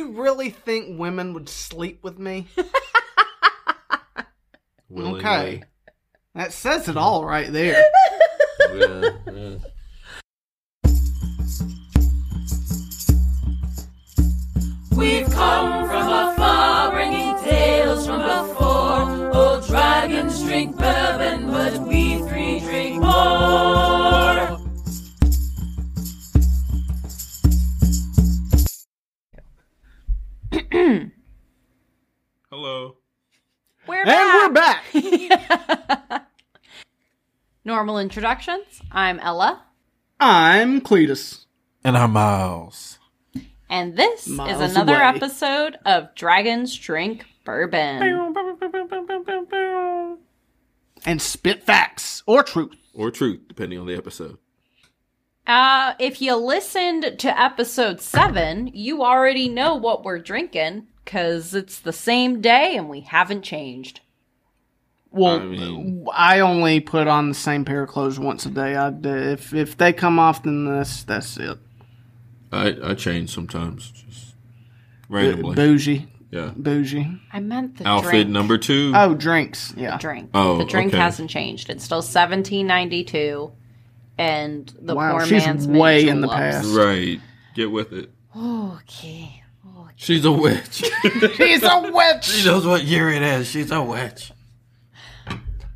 really think women would sleep with me? Willingly. Okay. That says it all right there. Yeah, yeah. We've come from afar, bringing tales from before. Old dragons drink bourbon, but we three drink more. Hello. We're And back. we're back. Normal introductions. I'm Ella, I'm Cletus. And our miles. and this Miles is another away. episode of Dragons Drink Bourbon. And spit facts or truth. Or truth, depending on the episode. Uh, if you listened to episode seven, you already know what we're drinking because it's the same day and we haven't changed. Well, I I, mean- only put on the same pair of clothes once a day. I, if if they come off, then that's that's it. I I change sometimes, just randomly. Bougie, yeah. bougie. I meant the Outfit drink. number two. Oh, drinks. Yeah. drink. Oh, the drink okay. hasn't changed. It's still seventeen ninety two, and the Wow, poor she's man's way mint in the juleps. past. Right. Get with it. Okay. She's a witch. He's a witch. She knows what year it is. She's a witch.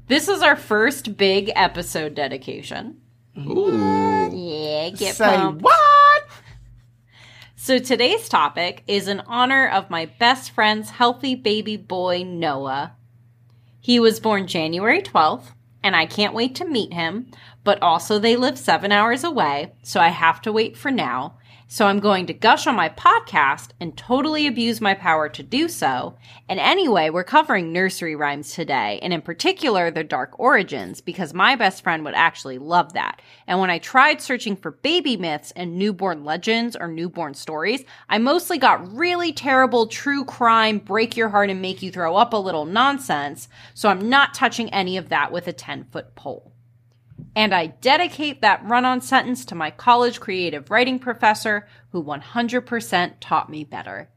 This is our first big episode dedication. Ooh. Yeah, get Say pumped. what? So today's topic is in honor of my best friend's healthy baby boy Noah. He was born January 12th, and I can't wait to meet him, but also they live 7 hours away, so I have to wait for now. So I'm going to gush on my podcast and totally abuse my power to do so. And anyway, we're covering nursery rhymes today, and in particular, their dark origins, because my best friend would actually love that. And when I tried searching for baby myths and newborn legends or newborn stories, I mostly got really terrible true crime, break your heart and make you throw up a little nonsense. So I'm not touching any of that with a 10 foot pole. And I dedicate that run on sentence to my college creative writing professor who 100% taught me better.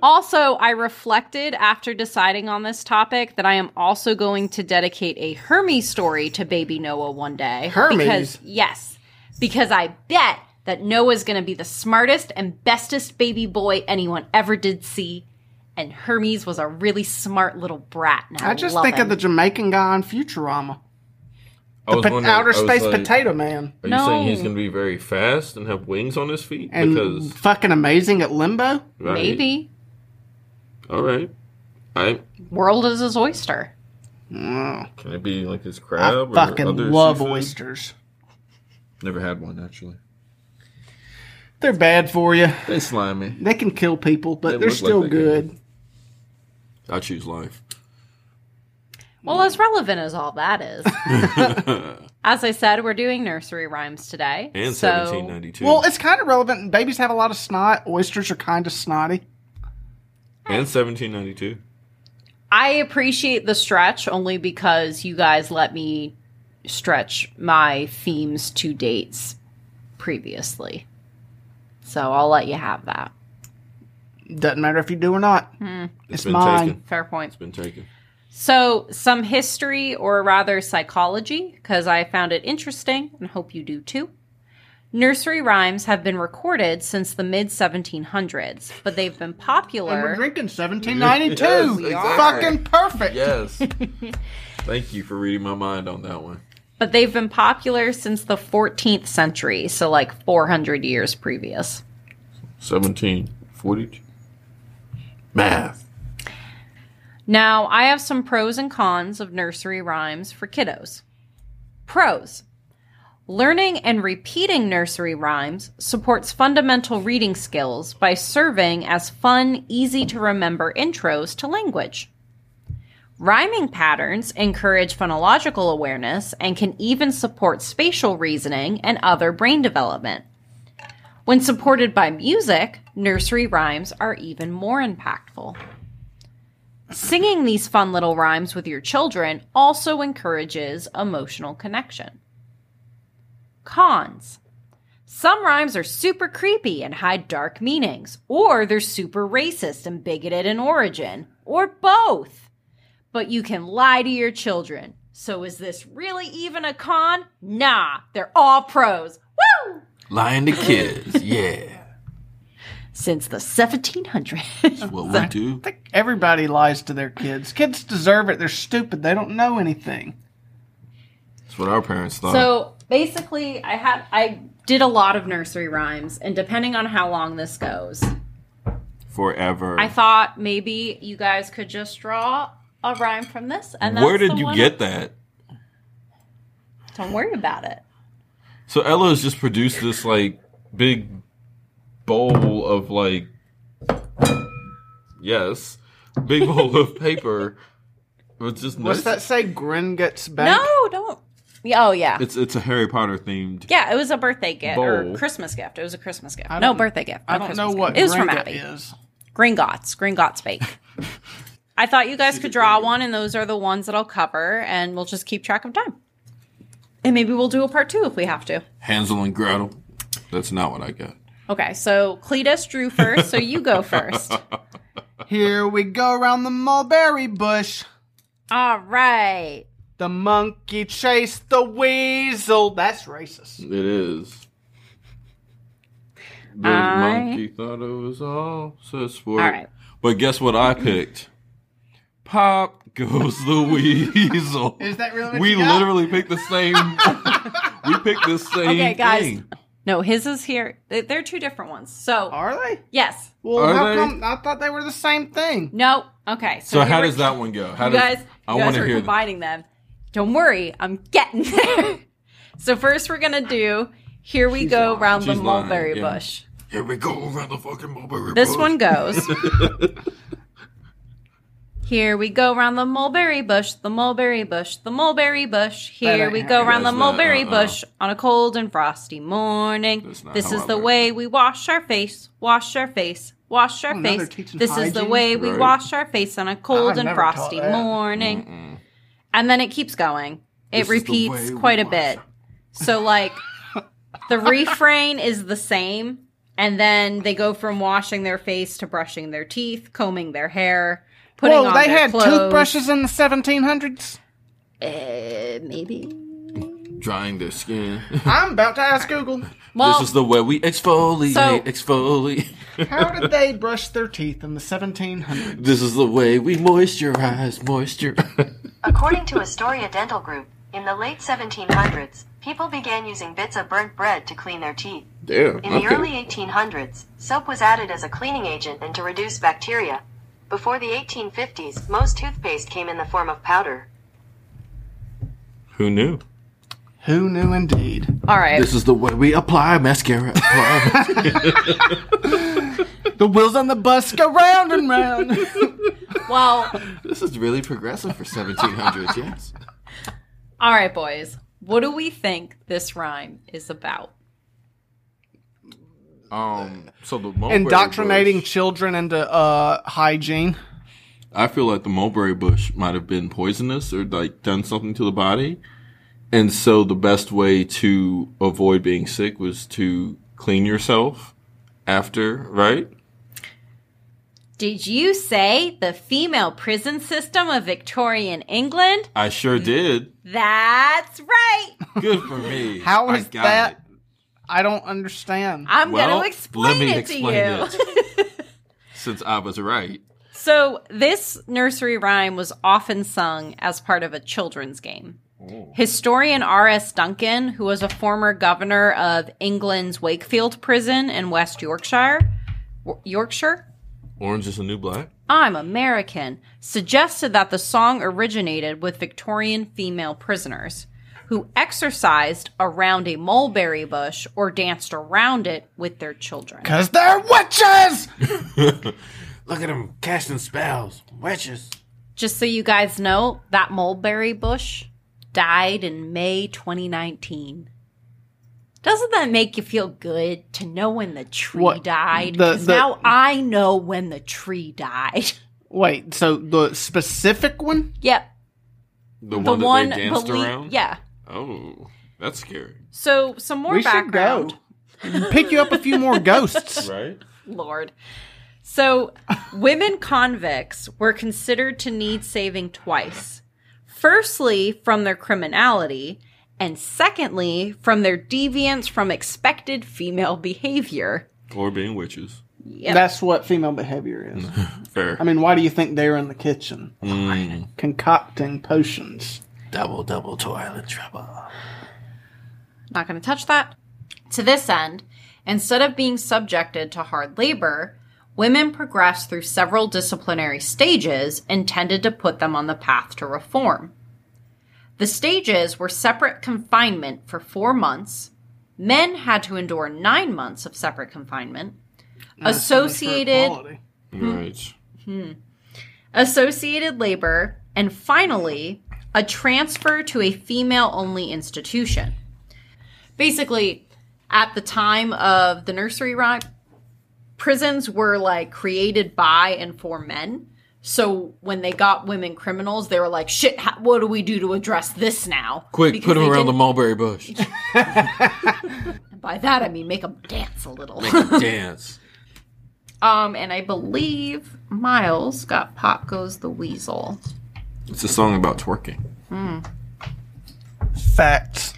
Also, I reflected after deciding on this topic that I am also going to dedicate a Hermes story to baby Noah one day. Hermes? Because, yes, because I bet that Noah's going to be the smartest and bestest baby boy anyone ever did see. And Hermes was a really smart little brat. Now I just think of the Jamaican guy on Futurama, I was Pa- wondering- I outer was space like, potato man, Are you saying he's No. going to be very fast and have wings on his feet? and because fucking amazing at limbo. right. maybe All right. I world is his oyster. Mm, can it be like his I crab? or other fucking love seafood? oysters. Never had one actually. They're bad for you. They slimy. They can kill people, but They they are look like still they can. good. I choose life. Well, as relevant as all that is. as I said, we're doing nursery rhymes today. And so- 1792. Well, it's kind of relevant. Babies have a lot of snot. Oysters are kind of snotty. and 1792. I appreciate the stretch only because you guys let me stretch my themes to dates previously. So I'll let you have that. Doesn't matter if you do or not. Hmm. It's mine. taken. Fair point. It's been taken. So, some history or rather psychology, because I found it interesting and hope you do too. Nursery rhymes have been recorded since the mid 1700s, but they've been And we're popular. drinking 1792. Yes, Fucking perfect. Yes. Thank you for reading my mind on that one. But they've been popular since the 14th century, so like 400 years previous. 1742. Math. Now, I have some pros and cons of nursery rhymes for kiddos. Pros Learning and repeating nursery rhymes supports fundamental reading skills by serving as fun, easy to remember intros to language. Rhyming patterns encourage phonological awareness and can even support spatial reasoning and other brain development. When supported by music, nursery rhymes are even more impactful. Singing these fun little rhymes with your children also encourages emotional connection. Cons Some rhymes are super creepy and hide dark meanings, or they're super racist and bigoted in origin, or both. But you can lie to your children. So is this really even a con? Nah, they're all pros. Woo! Lying to kids. Yeah. Since the 1700s. What we do? I think everybody lies to their kids. Kids deserve it. They're stupid. They don't know anything. That's what our parents thought. So basically, I had I did a lot of nursery rhymes, and depending on how long this goes, Forever. I thought maybe you guys could just draw a rhyme from this. And that's Where the did you one- get that? Don't worry about it. So Ella's just produced this like big bowl of like yes, big bowl of paper. It's just What's notes. that say? Grin gets back. No, don't. Yeah, Oh yeah, It's it's a Harry Potter themed. yeah. It was a birthday gift or Bowl. Christmas gift. It was a Christmas gift. I No don't- birthday gift. I no don't Christmas know what gift. It was from Gringa Abby. is. Gringotts. Gringotts bake. I thought you guys could draw one, and those are the ones that I'll cover, and we'll just keep track of time. And maybe we'll do a part two if we have to. Hansel and Gretel. That's not what I got. Okay, so Cletus drew first, so you go first. Here we go round the mulberry bush. All right. The monkey chased the weasel. That's racist. It is. The I- monkey thought it was all so sweet. All right. But guess what I picked? Pop goes the weasel. Is that really what we you got? literally picked the same. we picked the same. Okay, guys. thing. No, his is here. They- They're two different ones. So, Are they? yes. Well, Are how they? come? I thought they were the same thing. No. Okay. So, we how were- does that one go? How You does guys, I you guys want to are hear? the- combining them. Don't worry, I'm getting there. so first, we're gonna do. Here we go round the She's lying, mulberry yeah. bush. Here we go around the fucking mulberry. This bush. one goes. Here we go round the mulberry bush, the mulberry bush, the mulberry bush. Here ain't we go how- round the That's not- mulberry uh-uh. bush on a cold and frosty morning. That's not This how is I the learned. way we wash our face, wash our face, wash our Oh, now they're face. teaching This is the hygiene? way we Right. wash our face on a cold and never taught frosty that. morning. And then it keeps going. It This is the way repeats we quite a wash bit. our- So like the refrain is the same and then they go from washing their face to brushing their teeth, combing their hair, putting Whoa, on they their had clothes. toothbrushes in the 1700s. Uh, maybe. drying their skin. I'm about to ask Google. Well, this is the way we exfoliate. So- exfoliate. How did they brush their teeth in the 1700s? This is the way we moisturize. Moisturize. According to Astoria Dental Group, in the late 1700s, people began using bits of burnt bread to clean their teeth. Damn. In the early 1800s, soap was added as a cleaning agent and to reduce bacteria. Before the 1850s, most toothpaste came in the form of powder. Who knew? Who knew indeed? all right. This is the way we apply mascara. Apply. The wheels on the bus go round and round. Well, this is really progressive for 1700s. Yes. all right, boys. What do we think this rhyme is about? Um. So the mulberry Indoctrinating bush- children into uh, hygiene. I feel like the mulberry bush might have been poisonous or like done something to the body. And so the best way to avoid being sick was to clean yourself after, right? Did you say the female prison system of Victorian England? I sure did. That's right. Good for me. How I is got that? it. I don't understand. I'm Well, going to explain let me it explain to you. Since I was right. So, this nursery rhyme was often sung as part of a children's game. Historian R.S. Duncan, who was a former governor of England's Wakefield prison in West Yorkshire, W- Yorkshire, Orange is the new black. I'm American, suggested that the song originated with Victorian female prisoners who exercised around a mulberry bush or danced around it with their children. Because they're witches! Look at them casting spells. Witches. Just so you guys know, that mulberry bush died in May 2019. Doesn't that make you feel good to know when the tree What? died? The- 'Cause the- now I know when the tree died. Wait, so the specific one? yep. The, The one, that one, they danced belie- around? yeah. Oh, that's scary. So some more we should background. go. Pick you up a few more ghosts. Right? Lord. So, women convicts were considered to need saving twice. Firstly, from their criminality, and secondly, from their deviance from expected female behavior. Or being witches. That's what female behavior is. Fair. I mean, why do you think they're in the kitchen concocting potions? Double, double toil and trouble. Not going to touch that. To this end, instead of being subjected to hard labor, women progressed through several disciplinary stages intended to put them on the path to reform. The stages were separate confinement for four months, men had to endure nine months of separate confinement, associated Quality. hmm. right. associated labor, and finally, a transfer to a female only institution. Basically, at the time of the nursery rhyme, prisons were like created by and for men. So when they got women criminals, they were like, "Shit, ha- what do we do to address this now?" Quick, Because put they him around the didn't- mulberry bush. By that I mean make them dance a little. Dance. um, and I believe Miles got "Pop Goes the Weasel." It's a song about twerking. Facts.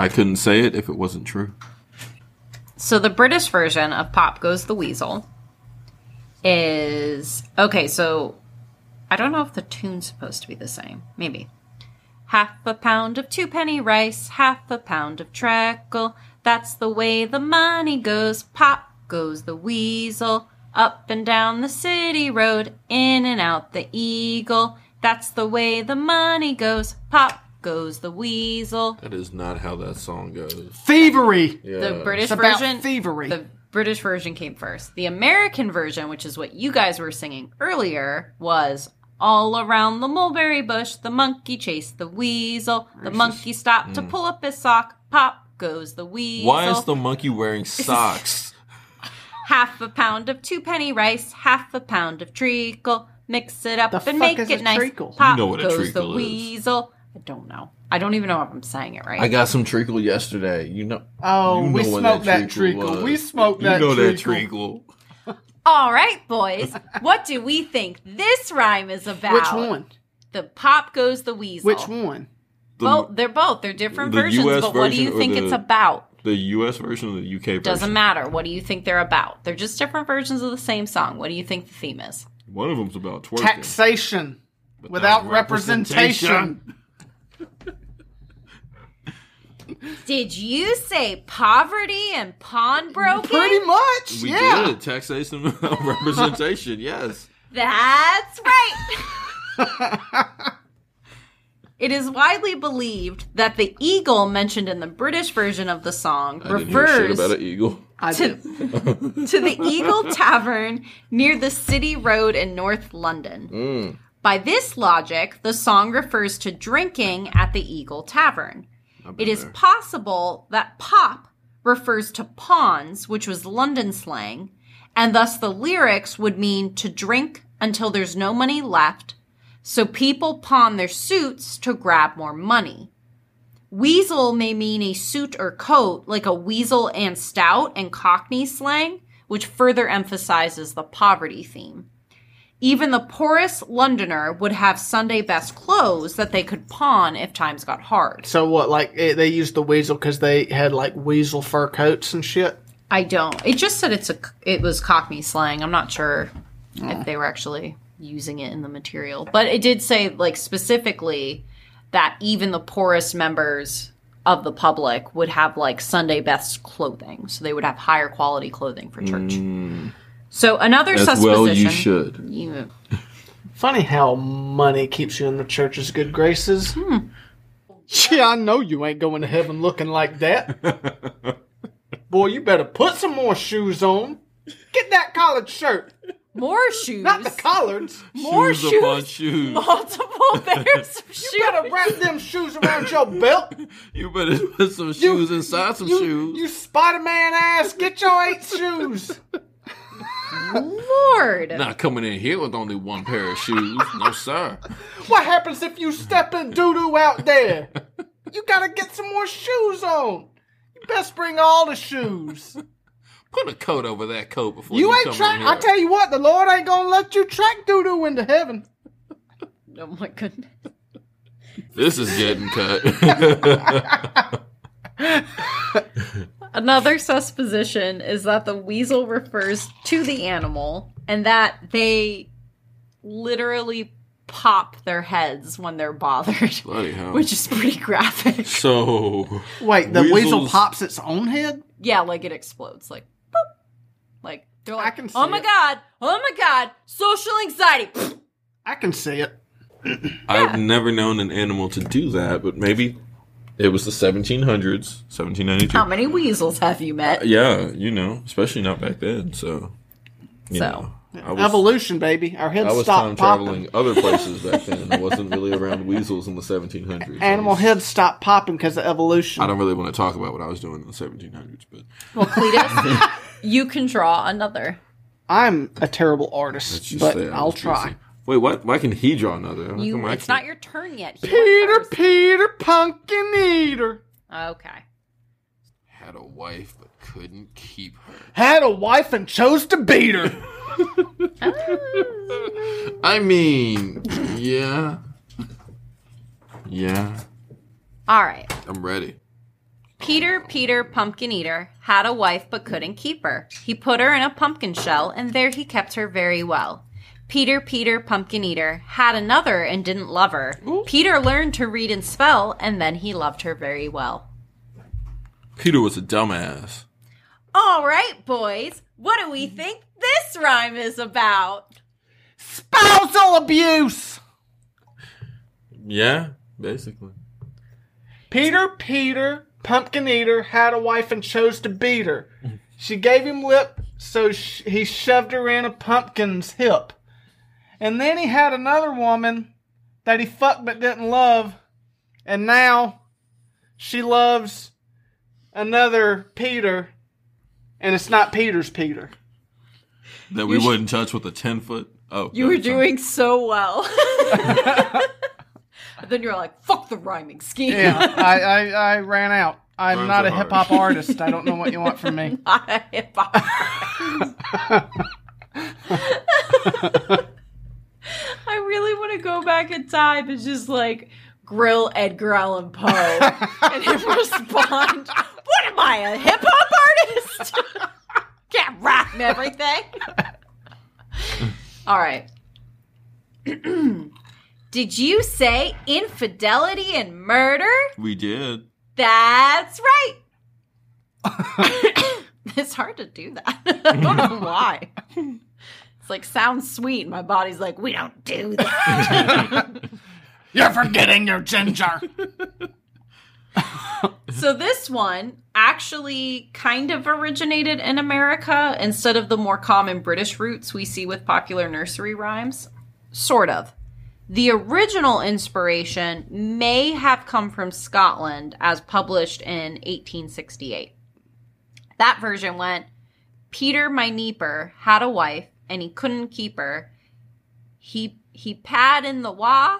I couldn't say it if it wasn't true. So the British version of Pop Goes the Weasel is okay, so I don't know if the tune's supposed to be the same. Maybe. Half a pound of twopenny rice, half a pound of treacle. That's the way the money goes. Pop goes the weasel. Up and down the city road, in and out the eagle. That's the way the money goes. Pop goes the weasel. That is not how that song goes. Thievery. The British It's about version thievery. the British version came first. The American version, which is what you guys were singing earlier, was all around the mulberry bush, the monkey chased the weasel, the monkey stopped to pull up his sock, pop goes the weasel. Mm. Why is the monkey wearing socks? half a pound of twopenny rice, half a pound of treacle, mix it up The and fuck make is it a nice. treacle? Pop You know what a goes the treacle is. weasel. I don't know. I don't even know if I'm saying it right. I got some treacle yesterday. You know. Oh, you we know what smoked that treacle. was. We smoked You that know that treacle. treacle. All right, boys. what do we think this rhyme is about? Which one? The pop goes the weasel. Which one? The, Both, they're both. They're different the versions, US but what do version you or think the- it's about? the U.S. version or the U.K. version? Doesn't matter. What do you think they're about? They're just different versions of the same song. What do you think the theme is? One of them's about twerking. Taxation without, representation. Did you say poverty and pawnbroking? Pretty much. We yeah. did taxation without representation. Yes. That's right. it is widely believed that the eagle mentioned in the British version of the song I didn't hear shit refers about an eagle. I to, did. to the Eagle Tavern near the City Road in North London. By this logic, the song refers to drinking at the Eagle Tavern. It is possible that pop refers to pawns, which was London slang, and thus the lyrics would mean to drink until there's no money left, so people pawn their suits to grab more money. Weasel may mean a suit or coat, like a weasel and stout and cockney slang, which further emphasizes the poverty theme. Even the poorest Londoner would have Sunday best clothes that they could pawn if times got hard. So what? Like eh, they used the weasel because they had like weasel fur coats and shit. I don't. It just said it's a it was cockney slang. I'm not sure Oh. if they were actually using it in the material, but it did say like specifically that even the poorest members of the public would have like Sunday best clothing, so they would have higher quality clothing for church. So another Mm. As supposition. well, you should. You- Funny how money keeps you in the church's good graces. Yeah, I know you ain't going to heaven looking like that. Boy, you better put some more shoes on. Get that collared shirt, more shoes, not the collards. more shoes, shoes, upon shoes. multiple pairs of You shoes. better wrap them shoes around your belt. You better put some shoes inside some you, shoes. You Spider Man ass, get your eight shoes. Lord, Not coming in here with only one pair of shoes. No, sir. What happens if you step in doo doo out there? You gotta get some more shoes on. You Best bring all the shoes. Put a coat over that coat before you, you ain't come in track. here. I tell you what, the Lord ain't gonna let you track doo doo into heaven. Oh my goodness. this is getting cut. Another supposition is that the weasel refers to the animal and that they literally pop their heads when they're bothered, Bloody hell. which is pretty graphic. so Wait, the weasel Weasels- pops its own head. Yeah, like it explodes, like boop. Like they're like, can see oh my it." god, oh my god, social anxiety. I can see it. I've never known an animal to do that, but maybe it was the 1700s, 1792. How many weasels have you met? yeah, you know, especially not back then. So, you So. know, I was, Evolution, baby. Our I heads was stop time popping. traveling other places back then. I wasn't really around weasels in the 1700s. Animal I, was- heads stop popping because of evolution. I don't really want to talk about what I was doing in the 1700s, but Well, Cletus, you can draw another. I'm a terrible it's artist, just but that I I'll was busy. try. Wait, why, why can he draw another? How come You, I it's can't? not your turn yet. He Peter, went first. Peter, pumpkin eater. Okay. Had a wife, but couldn't keep her. Had a wife and chose to beat her. I mean, yeah. Yeah. All right. I'm ready. Peter, Peter, pumpkin eater, had a wife but couldn't keep her. He put her in a pumpkin shell, and there he kept her very well. Peter, Peter, pumpkin eater, had another and didn't love her. Peter learned to read and spell, and then he loved her very well. Peter was a dumbass. All right, boys, what do we think this rhyme is about? Spousal abuse. Yeah, basically. Peter, Peter, pumpkin eater, had a wife and chose to beat her. She gave him lip, so sh- he shoved her in a pumpkin's hip. And then he had another woman that he fucked but didn't love, and now she loves another Peter, and it's not Peter's Peter. That we wouldn't touch with a ten foot. Oh, You no, were sorry. doing so well. then you're like, fuck the rhyming scheme. Yeah, I, I, I ran out. I'm Rhymes not a are hard. hip hop artist. I don't know what you want from me. I really want to go back in time and just like grill Edgar Allan Poe and him respond, What am I, a hip hop artist? Can't rap and everything. All right. Did you say infidelity and murder? We did. That's right. it's hard to do that. I don't know why. It's like sounds sweet. and My body's like, we don't do that. You're forgetting your ginger. so this one actually kind of originated in America instead of the more common British roots we see with popular nursery rhymes. Sort of. The original inspiration may have come from Scotland as published in 1868. That version went Peter my neeper had a wife and he couldn't keep her. He he pad in the wa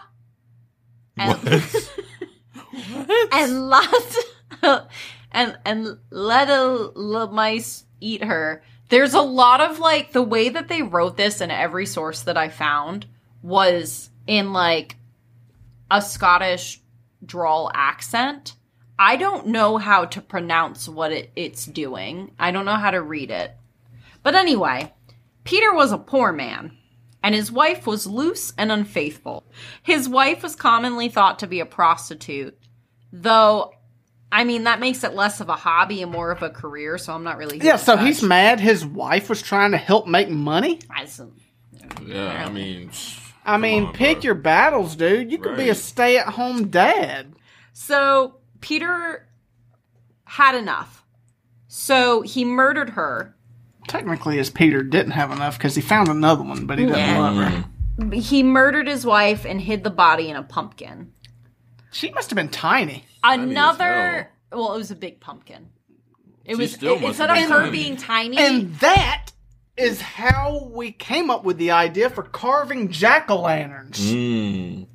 and, and lot and and let a l- mice eat her. There's a lot of like the way that they wrote this in every source that I found was in like a Scottish drawl accent. I don't know how to pronounce what it, it's doing. I don't know how to read it. But anyway, Peter was a poor man, and his wife was loose and unfaithful. His wife was commonly thought to be a prostitute, though, I mean, that makes it less of a hobby and more of a career, so I'm not really. Yeah, so he's mad his wife was trying to help make money? Yeah, I mean, I mean, on, pick bro. your battles, dude. You could be a Right. stay at home dad. So Peter had enough. So he murdered her. Technically, his Peter didn't have enough because he found another one, but he didn't love Mm. her. He murdered his wife and hid the body in a pumpkin. She must have been tiny. as Another, well, it was a big pumpkin. It was still it- must instead of have been her tiny. being tiny. And that is how we Hmm. came up with the idea for carving jack o' lanterns. mm,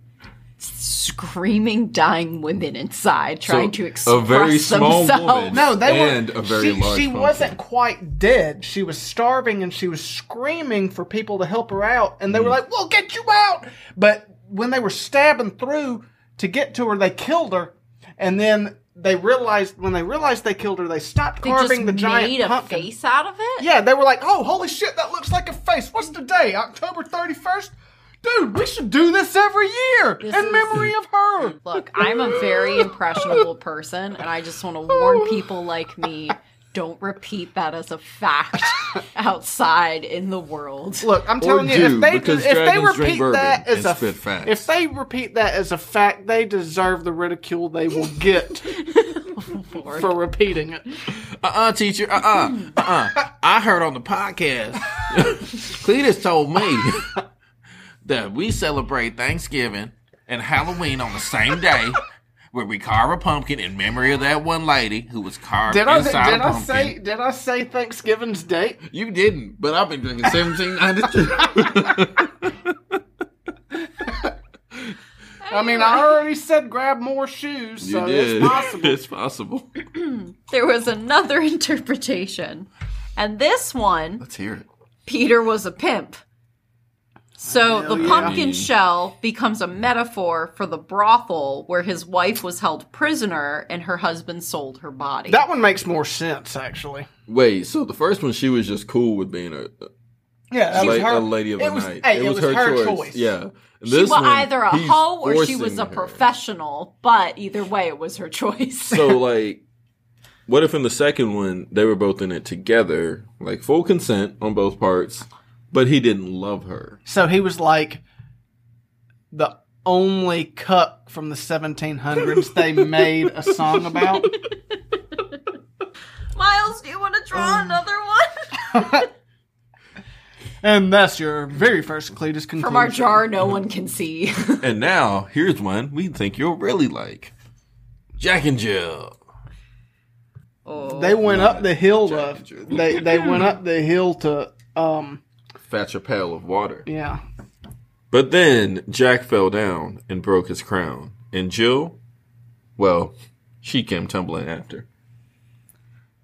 screaming, dying women inside trying So, to express a very small themselves. woman. No, they And were. a very she large she pumpkin. wasn't quite dead. She was starving, and she was screaming for people to help her out. And they Mm. were like, "We'll get you out!" But when they were stabbing through to get to her, they killed her. And then they realized when they realized they killed her, they stopped They just carving the giant made a pumpkin. face out of it. Yeah, they were like, "Oh, holy shit, that looks like a face." What's the day? October thirty first. Dude, we should do this every year in is- memory of her. Look, I'm a very impressionable person, and I just want to warn people like me don't repeat that as a fact outside in the world. Look, I'm telling you, do, if they because if they dragons drink repeat bourbon that as and a spit facts. if they repeat that as a fact, they deserve the ridicule they will get for repeating it. Uh-uh, teacher. Uh-uh. Uh-uh. I heard on the podcast, Cletus told me that we celebrate Thanksgiving and Halloween on the same day where we carve a pumpkin in memory of that one lady who was carved Did I did inside a I pumpkin. say did I say Thanksgiving's date? You didn't, but I've been drinking 1792. I mean, I already said grab more shoes, so it's possible. it's possible. There was another interpretation, and this one Let's hear it. Peter was a pimp. So the pumpkin shell becomes a metaphor for the brothel where his wife was held prisoner and her husband sold her body. That one makes more sense actually. Wait, so the first one she was just cool with being a, Yeah, that a, was la- her a lady of it the was, night. Hey, it, was, her, choice. Yeah. And she this was one, either a he's hoe or she was a forcing her. professional, but either way, it was her choice. So like, what if in the second one they were both in it together, like full consent on both parts, but he didn't love her? So he was like the only cuck from the 1700s they made a song about. Miles, do you want to Oh, draw another one? And that's your very first Cletus conclusion. From our jar, no one can see. And now here's one we think you'll really like. Jack and Jill. They went up the hill to they they went up the hill to um Fetch a pail of water. yeah. But then Jack fell down and broke his crown, and Jill, well, she came tumbling after.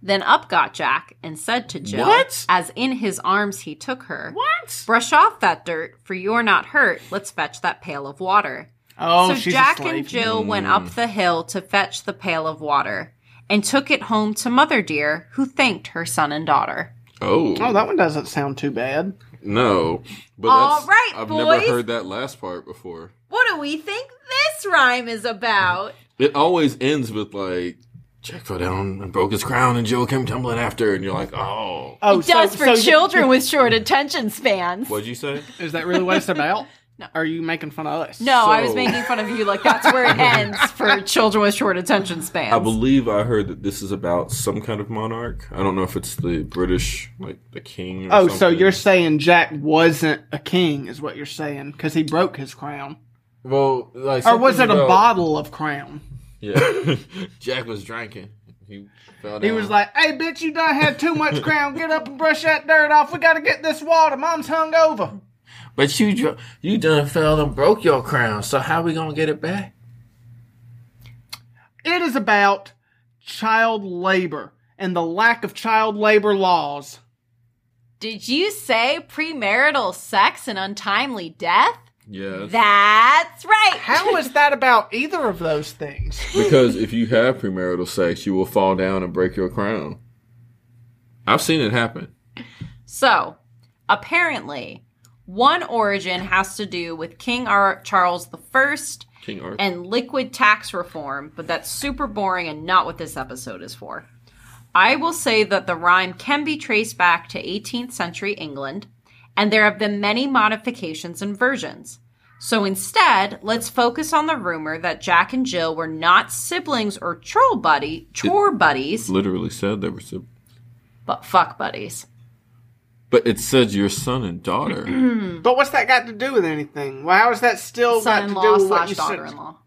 Then up got Jack and said to Jill, What? as in his arms he took her, What? Brush off that dirt, for you're not hurt. Let's fetch that pail of water. Oh, so she's Jack a slave. Hmm. and Jill went up the hill to fetch the pail of water and took it home to Mother Dear, who thanked her son and daughter. Oh, Oh, that one doesn't sound too bad. no! But All that's, right, I've boys. never heard that last part before. What do we think this rhyme is about? It always ends with like Jack fell down and broke his crown, and Jill came tumbling after, and you're like, oh, Oh, It does for you- children with short attention spans. what'd you say? Is that really what it's about? no. Are you making fun of us? No, I was So- making fun of you. Like that's where it ends for children with short attention spans. I believe I heard that this is about some kind of monarch. I don't know if it's the British, like the king. Or Oh, so something. you're saying Jack wasn't a king, is what you're saying, because he broke his crown. well, like, Or was it something a about- bottle of crown? Yeah, Jack was drinking. He fell down. He Uh. was like, "Hey, bitch, you done had too much crown. Get up and brush that dirt off. We gotta get this water. Mom's hungover." But you dro- you done fell and broke your crown, so how we gonna get it back? It is about child labor and the lack of child labor laws. Did you say premarital sex and untimely death? yeah. That's right. How is that about either of those things? because if you have premarital sex, you will fall down and break your crown. I've seen it happen. So, apparently, one origin has to do with King Ar- Charles I King Arthur. and liquid tax reform, but that's super boring and not what this episode is for. I will say that the rhyme can be traced back to 18th century England, and there have been many modifications and versions. So instead, let's focus on the rumor that Jack and Jill were not siblings or troll buddy, chore buddies, literally said there was a, but fuck buddies. but it said your son and daughter. But what's that got to do with anything? Well, how is that still Oh, got to do son-in-law with what slash you said daughter-in-law.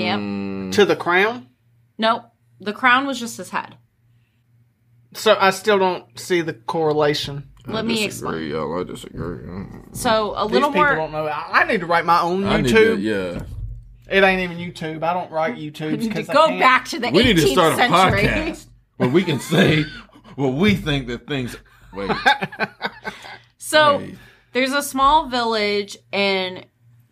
Yep. to the crown? Nope. The crown was just his head. So I still don't see the correlation. Let me explain. disagree, y'all. I disagree. Mm. So a These little people more. don't know. I, I need to write my own I need YouTube. to, yeah. It ain't even YouTube. I don't write We YouTube need to because go back to the We 18th need to start a century. podcast where we can say what we think that things. Wait, So wait. There's a small village in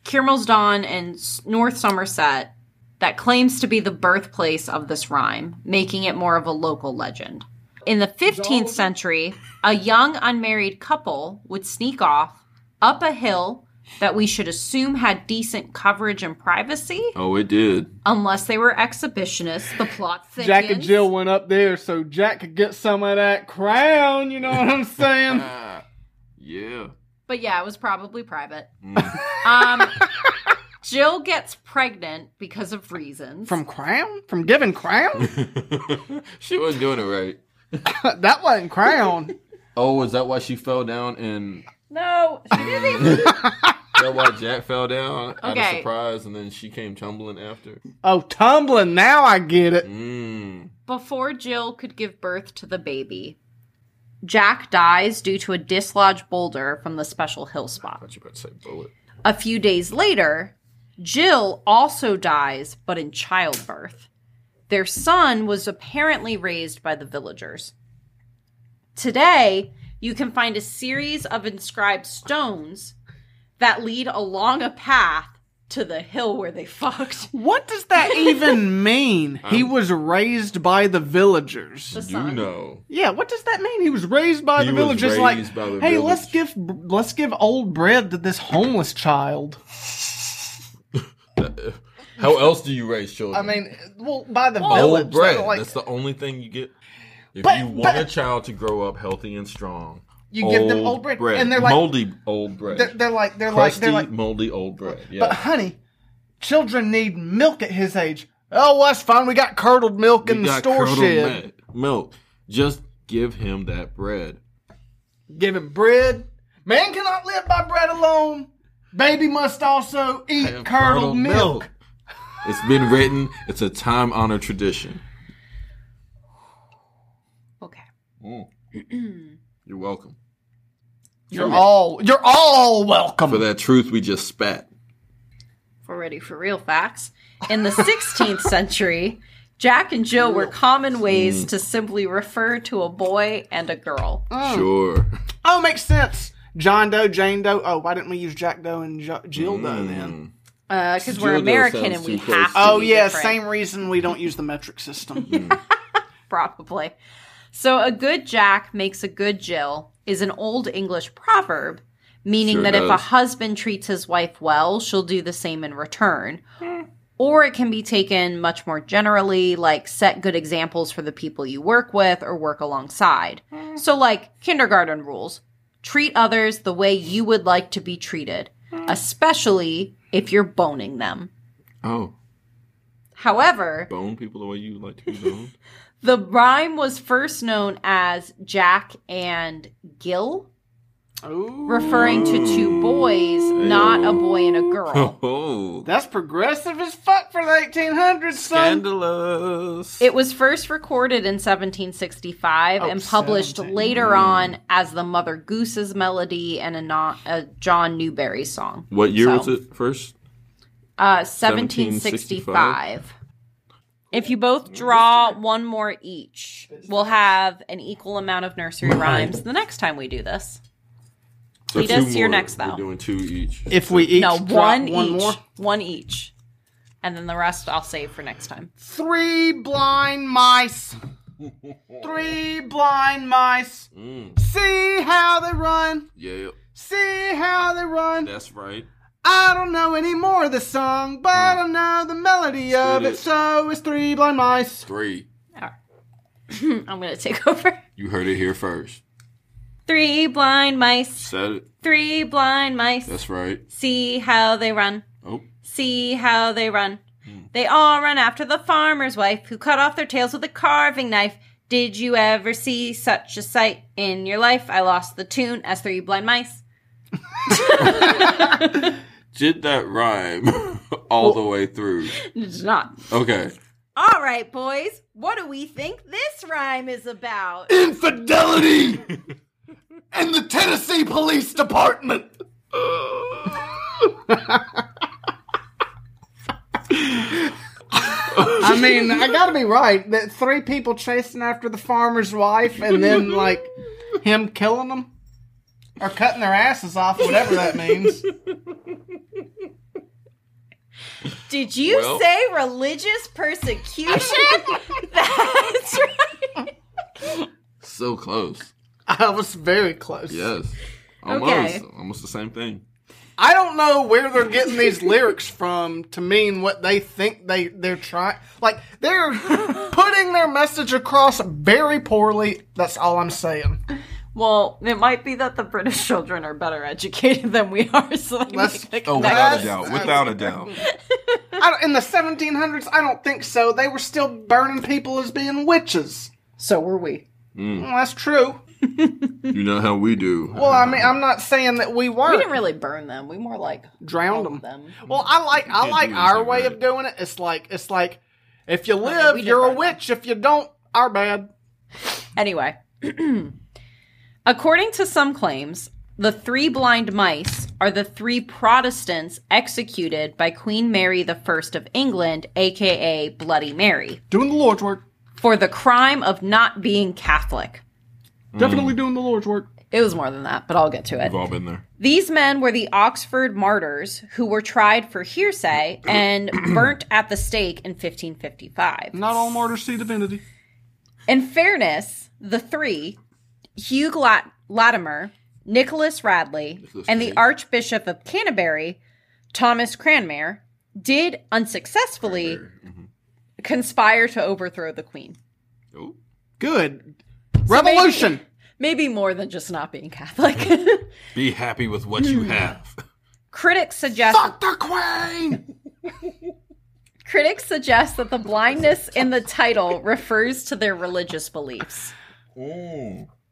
Kirmelsdon in S- North Somerset that claims to be the birthplace of this rhyme, making it more of a local legend. In the 15th century, a young unmarried couple would sneak off up a hill that we should assume had decent coverage and privacy, Oh, it did. unless they were exhibitionists. The plot thickens. Jack and Jill went up there so Jack could get some of that crown. You know what I'm saying? Yeah. But yeah, it was probably private. um, Jill gets pregnant because of reasons. From crown? From giving crown? she wasn't doing it right. that wasn't crown. Oh, is that why she fell down and no, she didn't even is that why Jack fell down out of Okay. surprise and then she came tumbling after? Oh, tumbling. Now I get it. Mm. Before Jill could give birth to the baby, Jack dies due to a dislodged boulder from the special hill spot. Thought you were about to say bullet. A few days later, Jill also dies, but in childbirth. Their son was apparently raised by the villagers. Today, you can find a series of inscribed stones that lead along a path to the hill where they fucked. What does that even mean? he Um, was raised by the villagers. The You son. know. Yeah, what does that mean? He was raised by He the was villagers. raised Like, by the hey, let's village. give let's give old bread to this homeless child. How else do you raise children? I mean, well, by the village, old bread. so, like, That's the only thing you get. If But- you want but- a child to grow up healthy and strong, You give them old bread, and they're like- moldy old bread. they're, they're like they're like crusty, they're like. moldy old bread. Yeah. But honey, children need milk at his age. Oh, well, that's fine. We got curdled milk in We the got store curdled shed. mi- Milk. Just give him that bread. Give him bread. Man cannot live by bread alone. Baby must also eat curdled, milk. It's been written. It's a time honored tradition. Okay. Mm. You're welcome You're all you're all welcome. for that truth we just spat. if we're ready for real facts. In the 16th century, Jack and Jill were common Hmm. ways to simply refer to a boy and a girl. Sure. Oh, makes sense. John Doe, Jane Doe. Oh, why didn't we use Jack Doe and jo- Mm. Jill Doe then? Because Uh, we're Jill Doe American sounds and we too close have to. to- Oh be yeah, different, same reason we don't use the metric system. Probably. So a good Jack makes a good Jill is an old English proverb, meaning Sure that if a does. husband treats his wife well, she'll do the same in return. Or it can be taken much more generally, like set good examples for the people you work with or work alongside. So, like kindergarten rules treat others the way you would like to be treated, especially if you're boning them. Oh, However, bone people the way you like to be boned. The rhyme was first known as Jack and Gil, Ooh, referring to two boys, not a boy and a girl. oh, that's progressive as fuck for the 1800s, son. scandalous. It was first recorded in 1765 Oh, and published 17. later on as the Mother Goose's melody and a, non- a John Newberry song. what year was So- it first? Uh, 1765. 1765. If you both draw one more each, we'll have an equal amount of nursery rhymes the next time we do this. So Lead us two to your more. next, though. We're doing two each. If we each No, drop one, one each. more, One each. And then the rest I'll save for next time. three blind mice, three blind mice. See how they run. Yeah, See how they run. that's right. I don't know any more of the song, but I know the melody of it it. is. So it's three blind mice. Three. I'm going to take over. You heard it here first. Three blind mice. Said it. Three blind mice. That's right. See how they run. Oh, See how they run. They all run after the farmer's wife who cut off their tails with a carving knife. Did you ever see such a sight in your life? I lost the tune as three blind mice. did that rhyme all the way through? It's not. Okay. All right, boys. What do we think this rhyme is about? Infidelity. and the Tennessee Police Department. I mean, I gotta be right. That three people chasing after the farmer's wife and then, like, him killing them or cutting their asses off, whatever that means. Did you Well- say religious persecution? That's right. So close. I was very close. Yes. Almost. Okay. Almost the same thing. I don't know where they're getting these lyrics from to mean what they think they they're trying. Like they're putting their message across very poorly. That's all I'm saying. Well, it might be that the British children are better educated than we are, so they Let's- make the Oh, without That's- a doubt. Without a doubt. I don't- in the 1700s, I don't think so. They were still burning people as being witches. So were we. Mm. Well, that's true. You know how we do. Well, I mean, I'm not saying that We we weren't didn't really burn them. We more like drowned helped them. them. Well, I like I do like anything our way right. of doing it. It's like it's like if you yeah, live, we did you're a burn them. witch. If you don't, our bad. Anyway, according to some claims, the three blind mice are the three Protestants executed by Queen Mary I of England, aka Bloody Mary, Doing the Lord's work. for the crime of not being Catholic. Definitely doing the Lord's work. It was more than that, but I'll get to it. We've all been there. These men were the Oxford martyrs who were tried for hearsay and burnt at the stake in 1555. Not all martyrs see divinity. In fairness, the three, Hugh Lat- Latimer, Nicholas Radley, and the Archbishop of Canterbury, Thomas Cranmer, did unsuccessfully conspire to overthrow the Queen. Oh. Good. Revolution. Maybe more than just not being Catholic. Be happy with what you have. Critics suggest the Queen. critics suggest that the blindness in the title refers to their religious beliefs.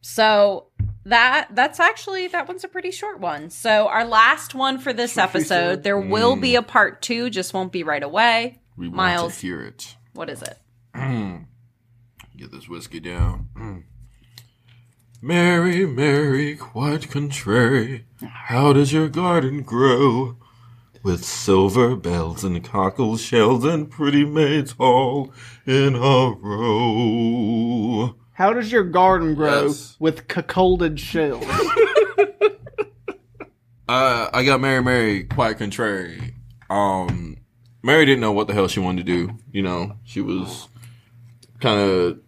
So that that's actually that one's a pretty short one. So our last one for this episode, there will be a part 2, just won't be right away. Mm. We want Miles. to hear it. What is it? Get this whiskey down. Mm. Mary, Mary, quite contrary, how does your garden grow? With silver bells and cockle shells and pretty maids all in a row. How does your garden grow Yes. with cuckolded shells? Uh, I got Mary, Mary, quite contrary. Um, Mary didn't know what the hell she wanted to do. You know, she was kind of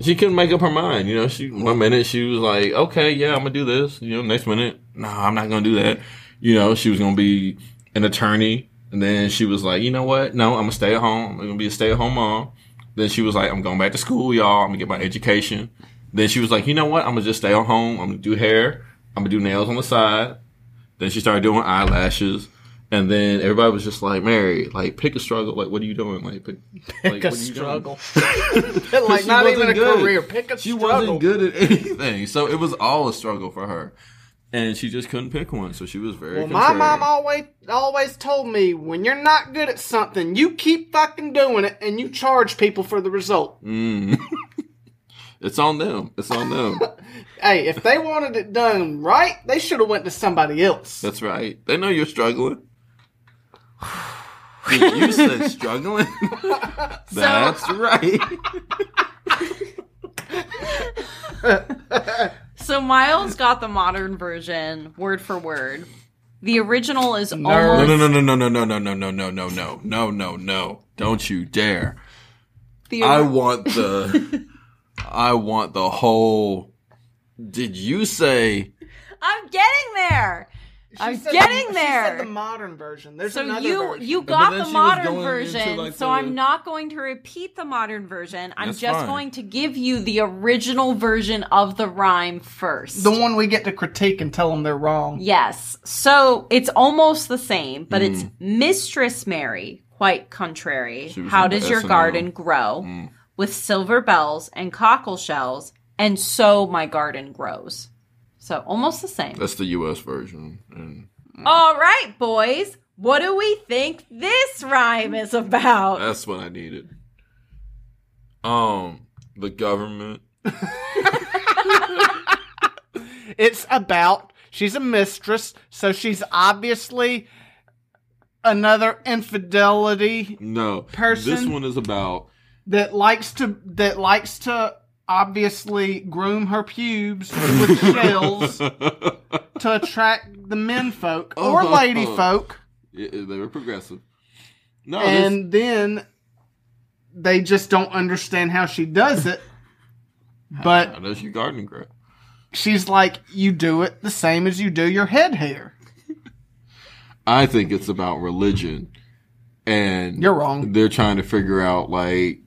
she couldn't make up her mind. You know, she one minute she was like, "Okay, yeah, I'm gonna do this." You know, next minute, "No, I'm not gonna do that." You know, she was gonna be an attorney, and then she was like, "You know what? No, I'm gonna stay at home. I'm gonna be a stay at home mom." Then she was like, "I'm going back to school, y'all. I'm gonna get my education." Then she was like, "You know what? I'm gonna just stay at home. I'm gonna do hair. I'm gonna do nails on the side." Then she started doing eyelashes. And then everybody was just like, Mary, like, pick a struggle. Like, what are you doing? Like, pick, like, Pick a what are you doing? struggle. like She not wasn't even a good. career. Pick a She struggle. wasn't good at anything, so it was all a struggle for her, and she just couldn't pick one. So she was very. Well, my contrarian. mom always always told me when you're not good at something, you keep fucking doing it and you charge people for the result. Mm. It's on them. It's on them. Hey, if they wanted it done right, they should have went to somebody else. That's right. They know you're struggling. Dude, you said struggling. That's right. So Miles got the modern version word for word. The original is No, almost no, no, no, no, no, no, no, no, no, no, no, no, no, no, no! Don't you dare! the I want the. I want the whole. Did you say? I'm getting there. I'm getting She said the there. modern version. There's so another you version. you But got then the she was modern going into, version, like, so the- I'm not going to repeat the modern version. I'm That's just fine. going to give you the original version of the rhyme first. the one we get to critique and tell them they're wrong. Yes. So it's almost the same, but it's Mistress Mary, quite contrary. Mm. was How on the does your SNL. garden grow? Mm. With silver bells and cockle shells, and so my garden grows. So almost the same. That's the U.S. version, and All right, boys. What do we think this rhyme is about? That's what I needed. Um, the government. It's about she's a mistress, so she's obviously another infidelity No. This Person- one is about that likes to that likes to obviously groom her pubes with shells to attract the men folk or Oh. lady folk i- i- they were progressive. No, Oh, this- and then they just don't understand how she does it Now, but that's your gardening crap. she's like you do it the same as you do your head hair I think it's about religion, and You're wrong. They're trying to figure out like,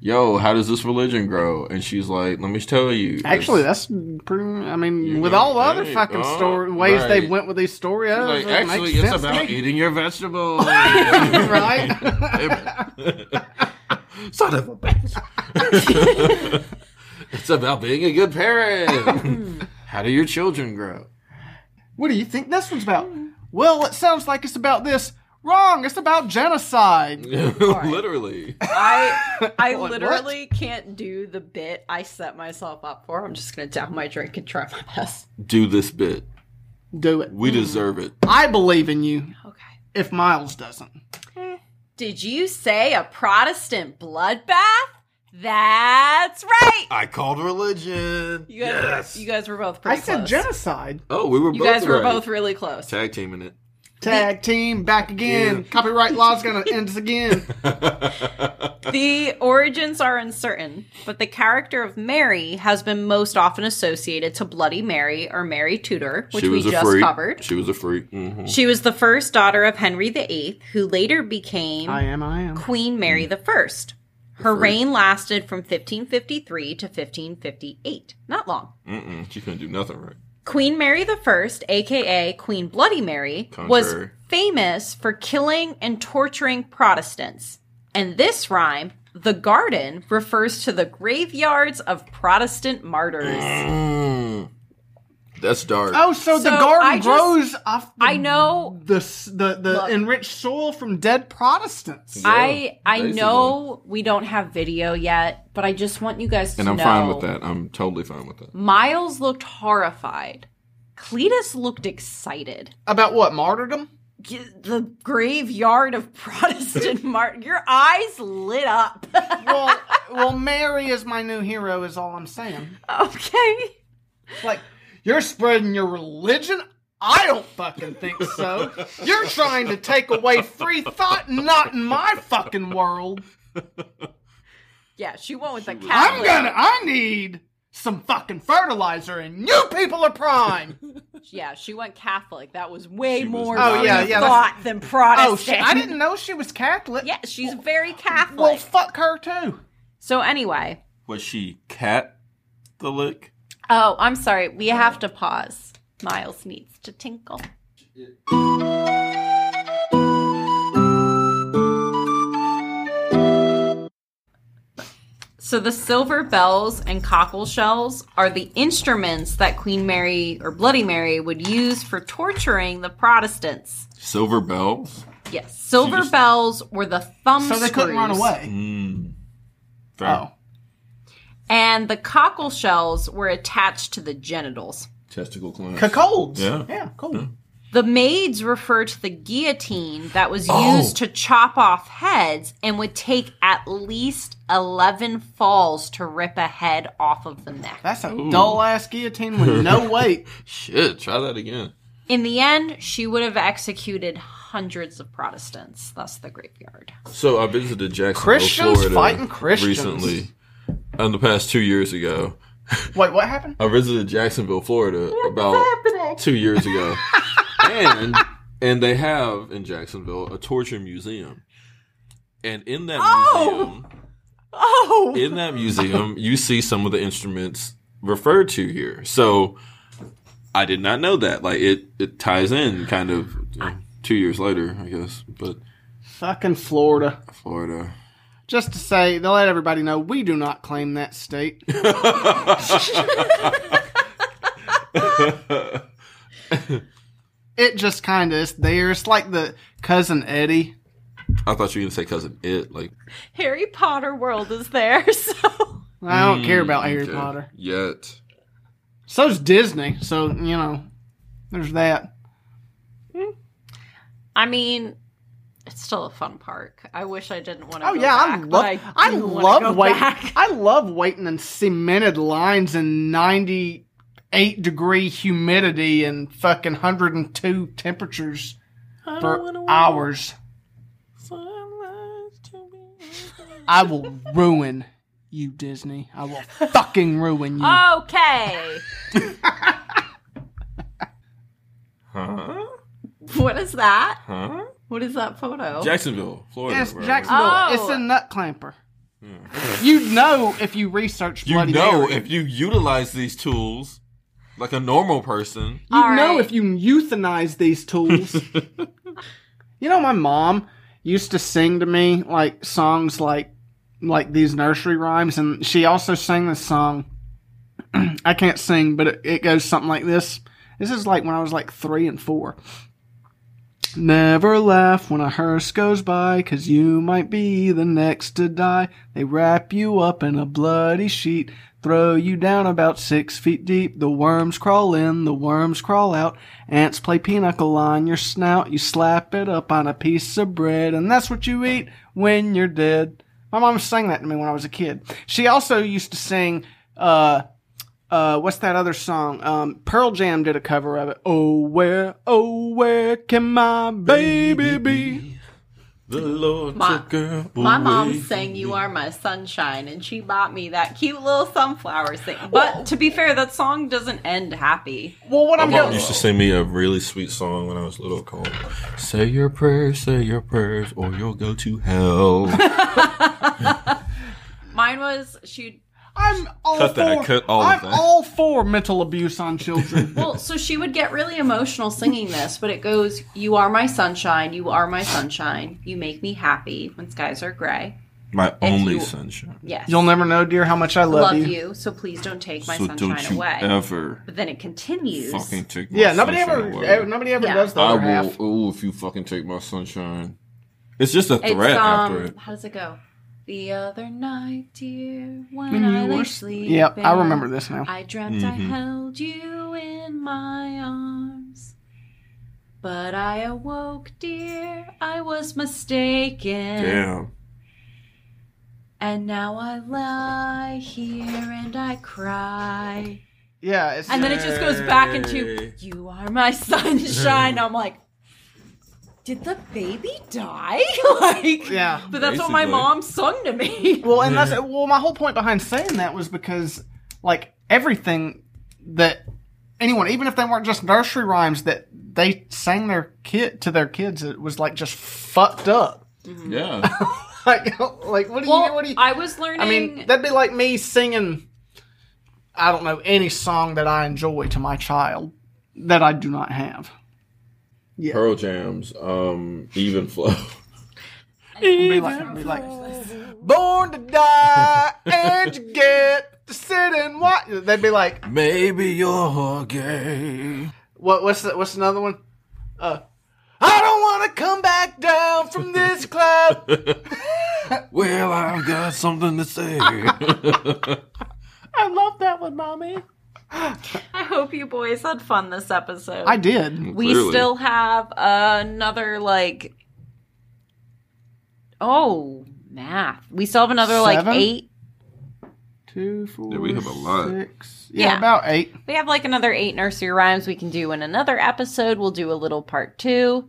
yo, how does this religion grow? And she's like, let me tell you. actually It's- that's pretty i mean You with know, all the other hey, fucking oh, story ways they right. went with these story like, like, actually, it's about eating your vegetables. right Son of a bitch. it's about being a good Hmm. parent. how do your children grow? What do you think this one's about? Well, it sounds like it's about this. Wrong. It's about genocide. Literally. I I What? literally can't do the bit I set myself up for. I'm just gonna down my drink and try my best. Do this bit. Do it. Hmm. We deserve it. I believe in you. Okay. If Miles doesn't, Did you say a Protestant bloodbath? That's right. I called religion. You guys, yes. you guys were both I pretty said close. genocide. oh, we were you both guys were right. both really close. tag teaming it. Tag team back again. Copyright law's gonna end us again. The origins are uncertain, but the character of Mary has been most often associated to Bloody Mary or Mary Tudor, which she was we a just freak. covered. She was a freak. hmm She was the first daughter of Henry VIII, who later became I am. I am. Queen Mary I. Her reign lasted from 1553 to 1558. Not long. Mm-mm, she couldn't do nothing right. Queen Mary I, aka Queen Bloody Mary, was Contrary. famous for killing and torturing Protestants. And this rhyme, the garden, refers to the graveyards of Protestant martyrs. Mm. That's dark. Oh, so, the So, I garden just- grows off. The, I know. the s- the, the Look. enriched soil from dead Protestants. Yeah, I I basically. know we don't have video yet, but I just want you guys to And I'm know. fine with that. I'm totally fine with that. Miles looked horrified. Cletus looked excited. About what martyrdom? G- The graveyard of Protestant Martin. Your eyes lit up. Well, well, Mary is my new hero. Is all I'm saying. okay. Like, you're spreading your religion? I don't fucking think so. You're trying to take away free thought, not in my fucking world. Yeah, she went with the cat. I'm gonna, I need some fucking fertilizer, and you people are prime. Yeah, she went Catholic. That was way She was more not Oh, yeah, yeah, thought than Protestant. oh, shit, I didn't know she was Catholic. Yeah, she's very Catholic. Well, fuck her too. So, anyway, Was she cat the lick? oh, I'm sorry. We have to pause. Miles needs to tinkle. So the silver bells and cockle shells are the instruments that Queen Mary or Bloody Mary would use for torturing the Protestants. Silver bells? Yes, silver just- bells were the thumb So they couldn't run screws, away. Mm. Fair. Oh, and the cockle shells were attached to the genitals. Testicle clamps. cuckolds. Yeah. yeah, cool. The maids refer to the guillotine that was Oh. used to chop off heads and would take at least 11 falls to rip a head off of the neck. That's a dull ass guillotine with no weight. Shit, try that again. In the end, she would have executed hundreds of Protestants, thus the graveyard. So I visited Jacksonville, Christians Florida fighting Christians. recently. In the past two years ago. Wait, what happened? I visited Jacksonville, Florida about two years ago. and and they have in Jacksonville a torture museum. And in that museum Oh! in that museum you see some of the instruments referred to here. So I did not know that. Like it, it ties in kind of you know, two years later, I guess. But Fucking Florida. Florida. Just to say, they'll let everybody know we do not claim that state. it just kind of is there. It's like the cousin Eddie. I thought you were gonna say cousin it, like Harry Potter World is there, so. I don't care about Harry okay, Potter. Yet. So's Disney, so you know, there's that. I mean, it's still a fun park. I wish I didn't want to. Oh yeah, I love I, do wanna go love waiting. back. I love waiting in cemented lines in ninety eight degree humidity and fucking hundred and two temperatures for hours. I will ruin you, Disney. I will fucking ruin you. Oh. Okay. Huh? What is that? Huh? What is that photo? Jacksonville, Florida. It's bro. Jacksonville. Oh. It's a nut clamper. You know if you research Hmm. You Bloody know, Mary. if you utilize these tools like a normal person, You All know right. if you euthanize these tools. you know, my mom used to sing to me like songs like like these nursery rhymes, and she also sang this song. I can't sing, but it, it goes something like this. This is like when I was like three and four. Never laugh when a hearse goes by, 'cause you might be the next to die. They wrap you up in a bloody sheet, throw you down about six feet deep. The worms crawl in, the worms crawl out. Ants play pinochle on your snout. You slap it up on a piece of bread, and that's what you eat when you're dead. My mom sang that to me when I was a kid. She also used to sing, uh, uh, what's that other song? Um, Pearl Jam did a cover of it. Oh, where, oh, where can my baby be? the Lord My- took her My mom away. sang "You Are My Sunshine," and she bought me that cute little sunflower thing. Oh. But to be fair, that song doesn't end happy. Well, what My I'm mom going, used to sing me a really sweet song when I was little called Say Your Prayers, Say Your Prayers, or You'll Go to Hell. Mine was she. I'm all for, Cut that, cut all of I'm that. all for mental abuse on children. Well, so she would get really emotional singing this, but it goes, "You are my sunshine, you are my sunshine, you make me happy when skies are gray." My only you- sunshine. Yes, You'll never know, dear, how much I love, love you. you. so please don't take my so don't sunshine you away. ever But then it continues. fucking take my Yeah, nobody sunshine ever, away. eh, nobody ever Yeah. does the I other will. half. Oh, if you fucking take my sunshine. It's just a threat It's um, after it. how does it go? The other night, dear, when, When I you lay were- sleeping, Yep, I remember this now. I dreamt Mm-hmm. I held you in my arms. But I awoke, dear, I was mistaken. Damn. And now I lie here and I cry. Yeah, it's, And then it just goes back into, You are my sunshine. I'm like, Did the baby die? like, yeah. But that's what my Basically. mom sung to me. Well, and that's well. My whole point behind saying that was because, like, everything that anyone, even if they weren't just nursery rhymes, that they sang their kid to their kids, it was like just fucked up. Yeah. Like, like what do you? What do you? I, I was learning. mean, that'd be like me singing. I don't know any song that I enjoy to my child that I do not have. Pearl Jam's um, Even Flow. Be like, be like, born to die, and you get to sit and watch. They'd be like, Maybe you're gay. What what's the, what's another one? Uh, I don't want to come back down from this cloud. Well, I've got something to say. I love that one, mommy. I hope you boys had fun this episode. I did. we Clearly. still have another like oh math. We still have another like Seven? eight. Two, four, Yeah, we have a lot. six. Yeah, Yeah. about eight. We have like another eight nursery rhymes we can do in another episode. We'll do a little part two.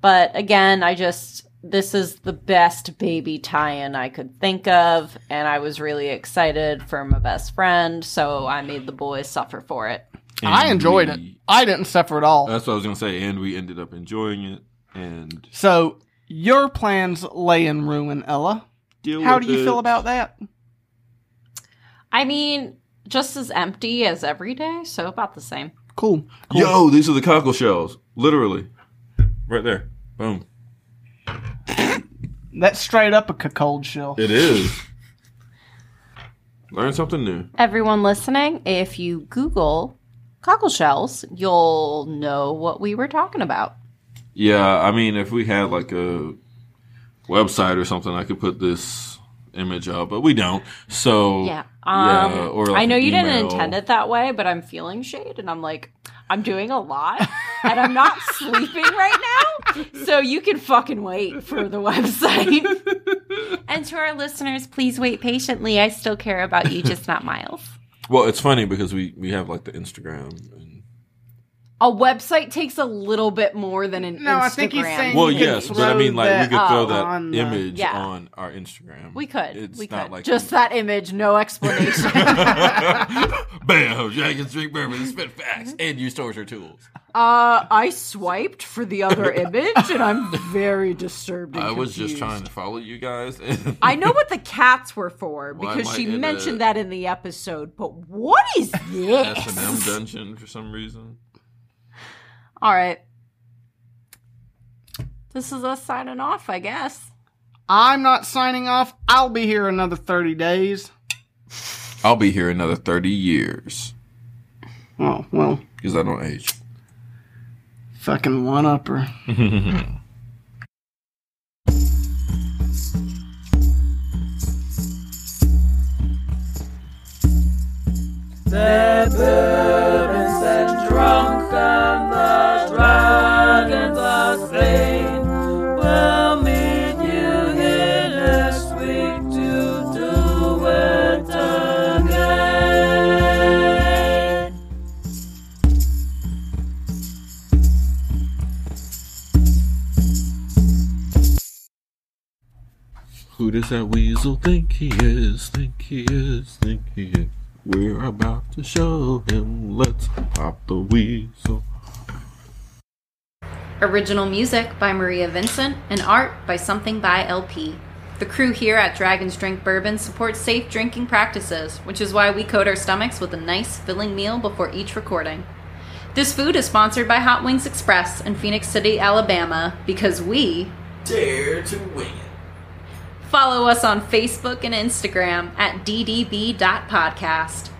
But again, I just, this is the best baby tie in I could think of. And I was really excited for my best friend. So I made the boys suffer for it. I enjoyed it. I didn't suffer at all. That's what I was gonna say, and we ended up enjoying it. And so your plans lay in ruin, Ella. deal How with do you it. feel about that? I mean, just as empty as every day. So about the same. Cool. cool. Yo, these are the cockle shells, literally, right there. Boom. That's straight up a cuckold shell. It is. Learn something new. Everyone listening, if you Google cockle shells, you'll know what we were talking about. Yeah, I mean, if we had like a website or something, I could put this image of, but we don't. So Yeah. Um, yeah, or I like know an you didn't email. intend it that way, but I'm feeling shade and I'm like, I'm doing a lot and I'm not sleeping right now. So you can fucking wait for the website. and to our listeners, please wait patiently. I still care about you, just not Miles. Well, it's funny because we we have like the Instagram. And, A website takes a little bit more than an No, Instagram. I think he's saying- well, You could yes, but I mean, throw like we could that throw up that on the- image Yeah. on our Instagram. We could. It's we not could. like just that image, no explanation. Bam! Dragon's drink bourbon, spit facts, and you stores your tools. uh, I swiped for the other image, and I'm very disturbed. And I was just confused. trying to follow you guys. and- I know what the cats were for Why because am I she in a- mentioned that in the episode. But what is S and this? M dungeon for some reason. All right. This is us signing off, I guess. I'm not signing off. I'll be here another 30 days. I'll be here another thirty years Oh, well, because I don't age. fucking one upper. drunk on the dragon's plane. We'll meet you here next week to do it again. Who does that weasel think he is? Think he is? Think he is? We're about to show him. Let's pop the weasel. Original music by Maria Vincent and art by Something by LP. The crew here at Dragons Drink Bourbon supports safe drinking practices, which is why we coat our stomachs with a nice, filling meal before each recording. This food is sponsored by Hot Wings Express in Phoenix City, Alabama, because we Dare to win it. follow us on Facebook and Instagram at ddb.podcast.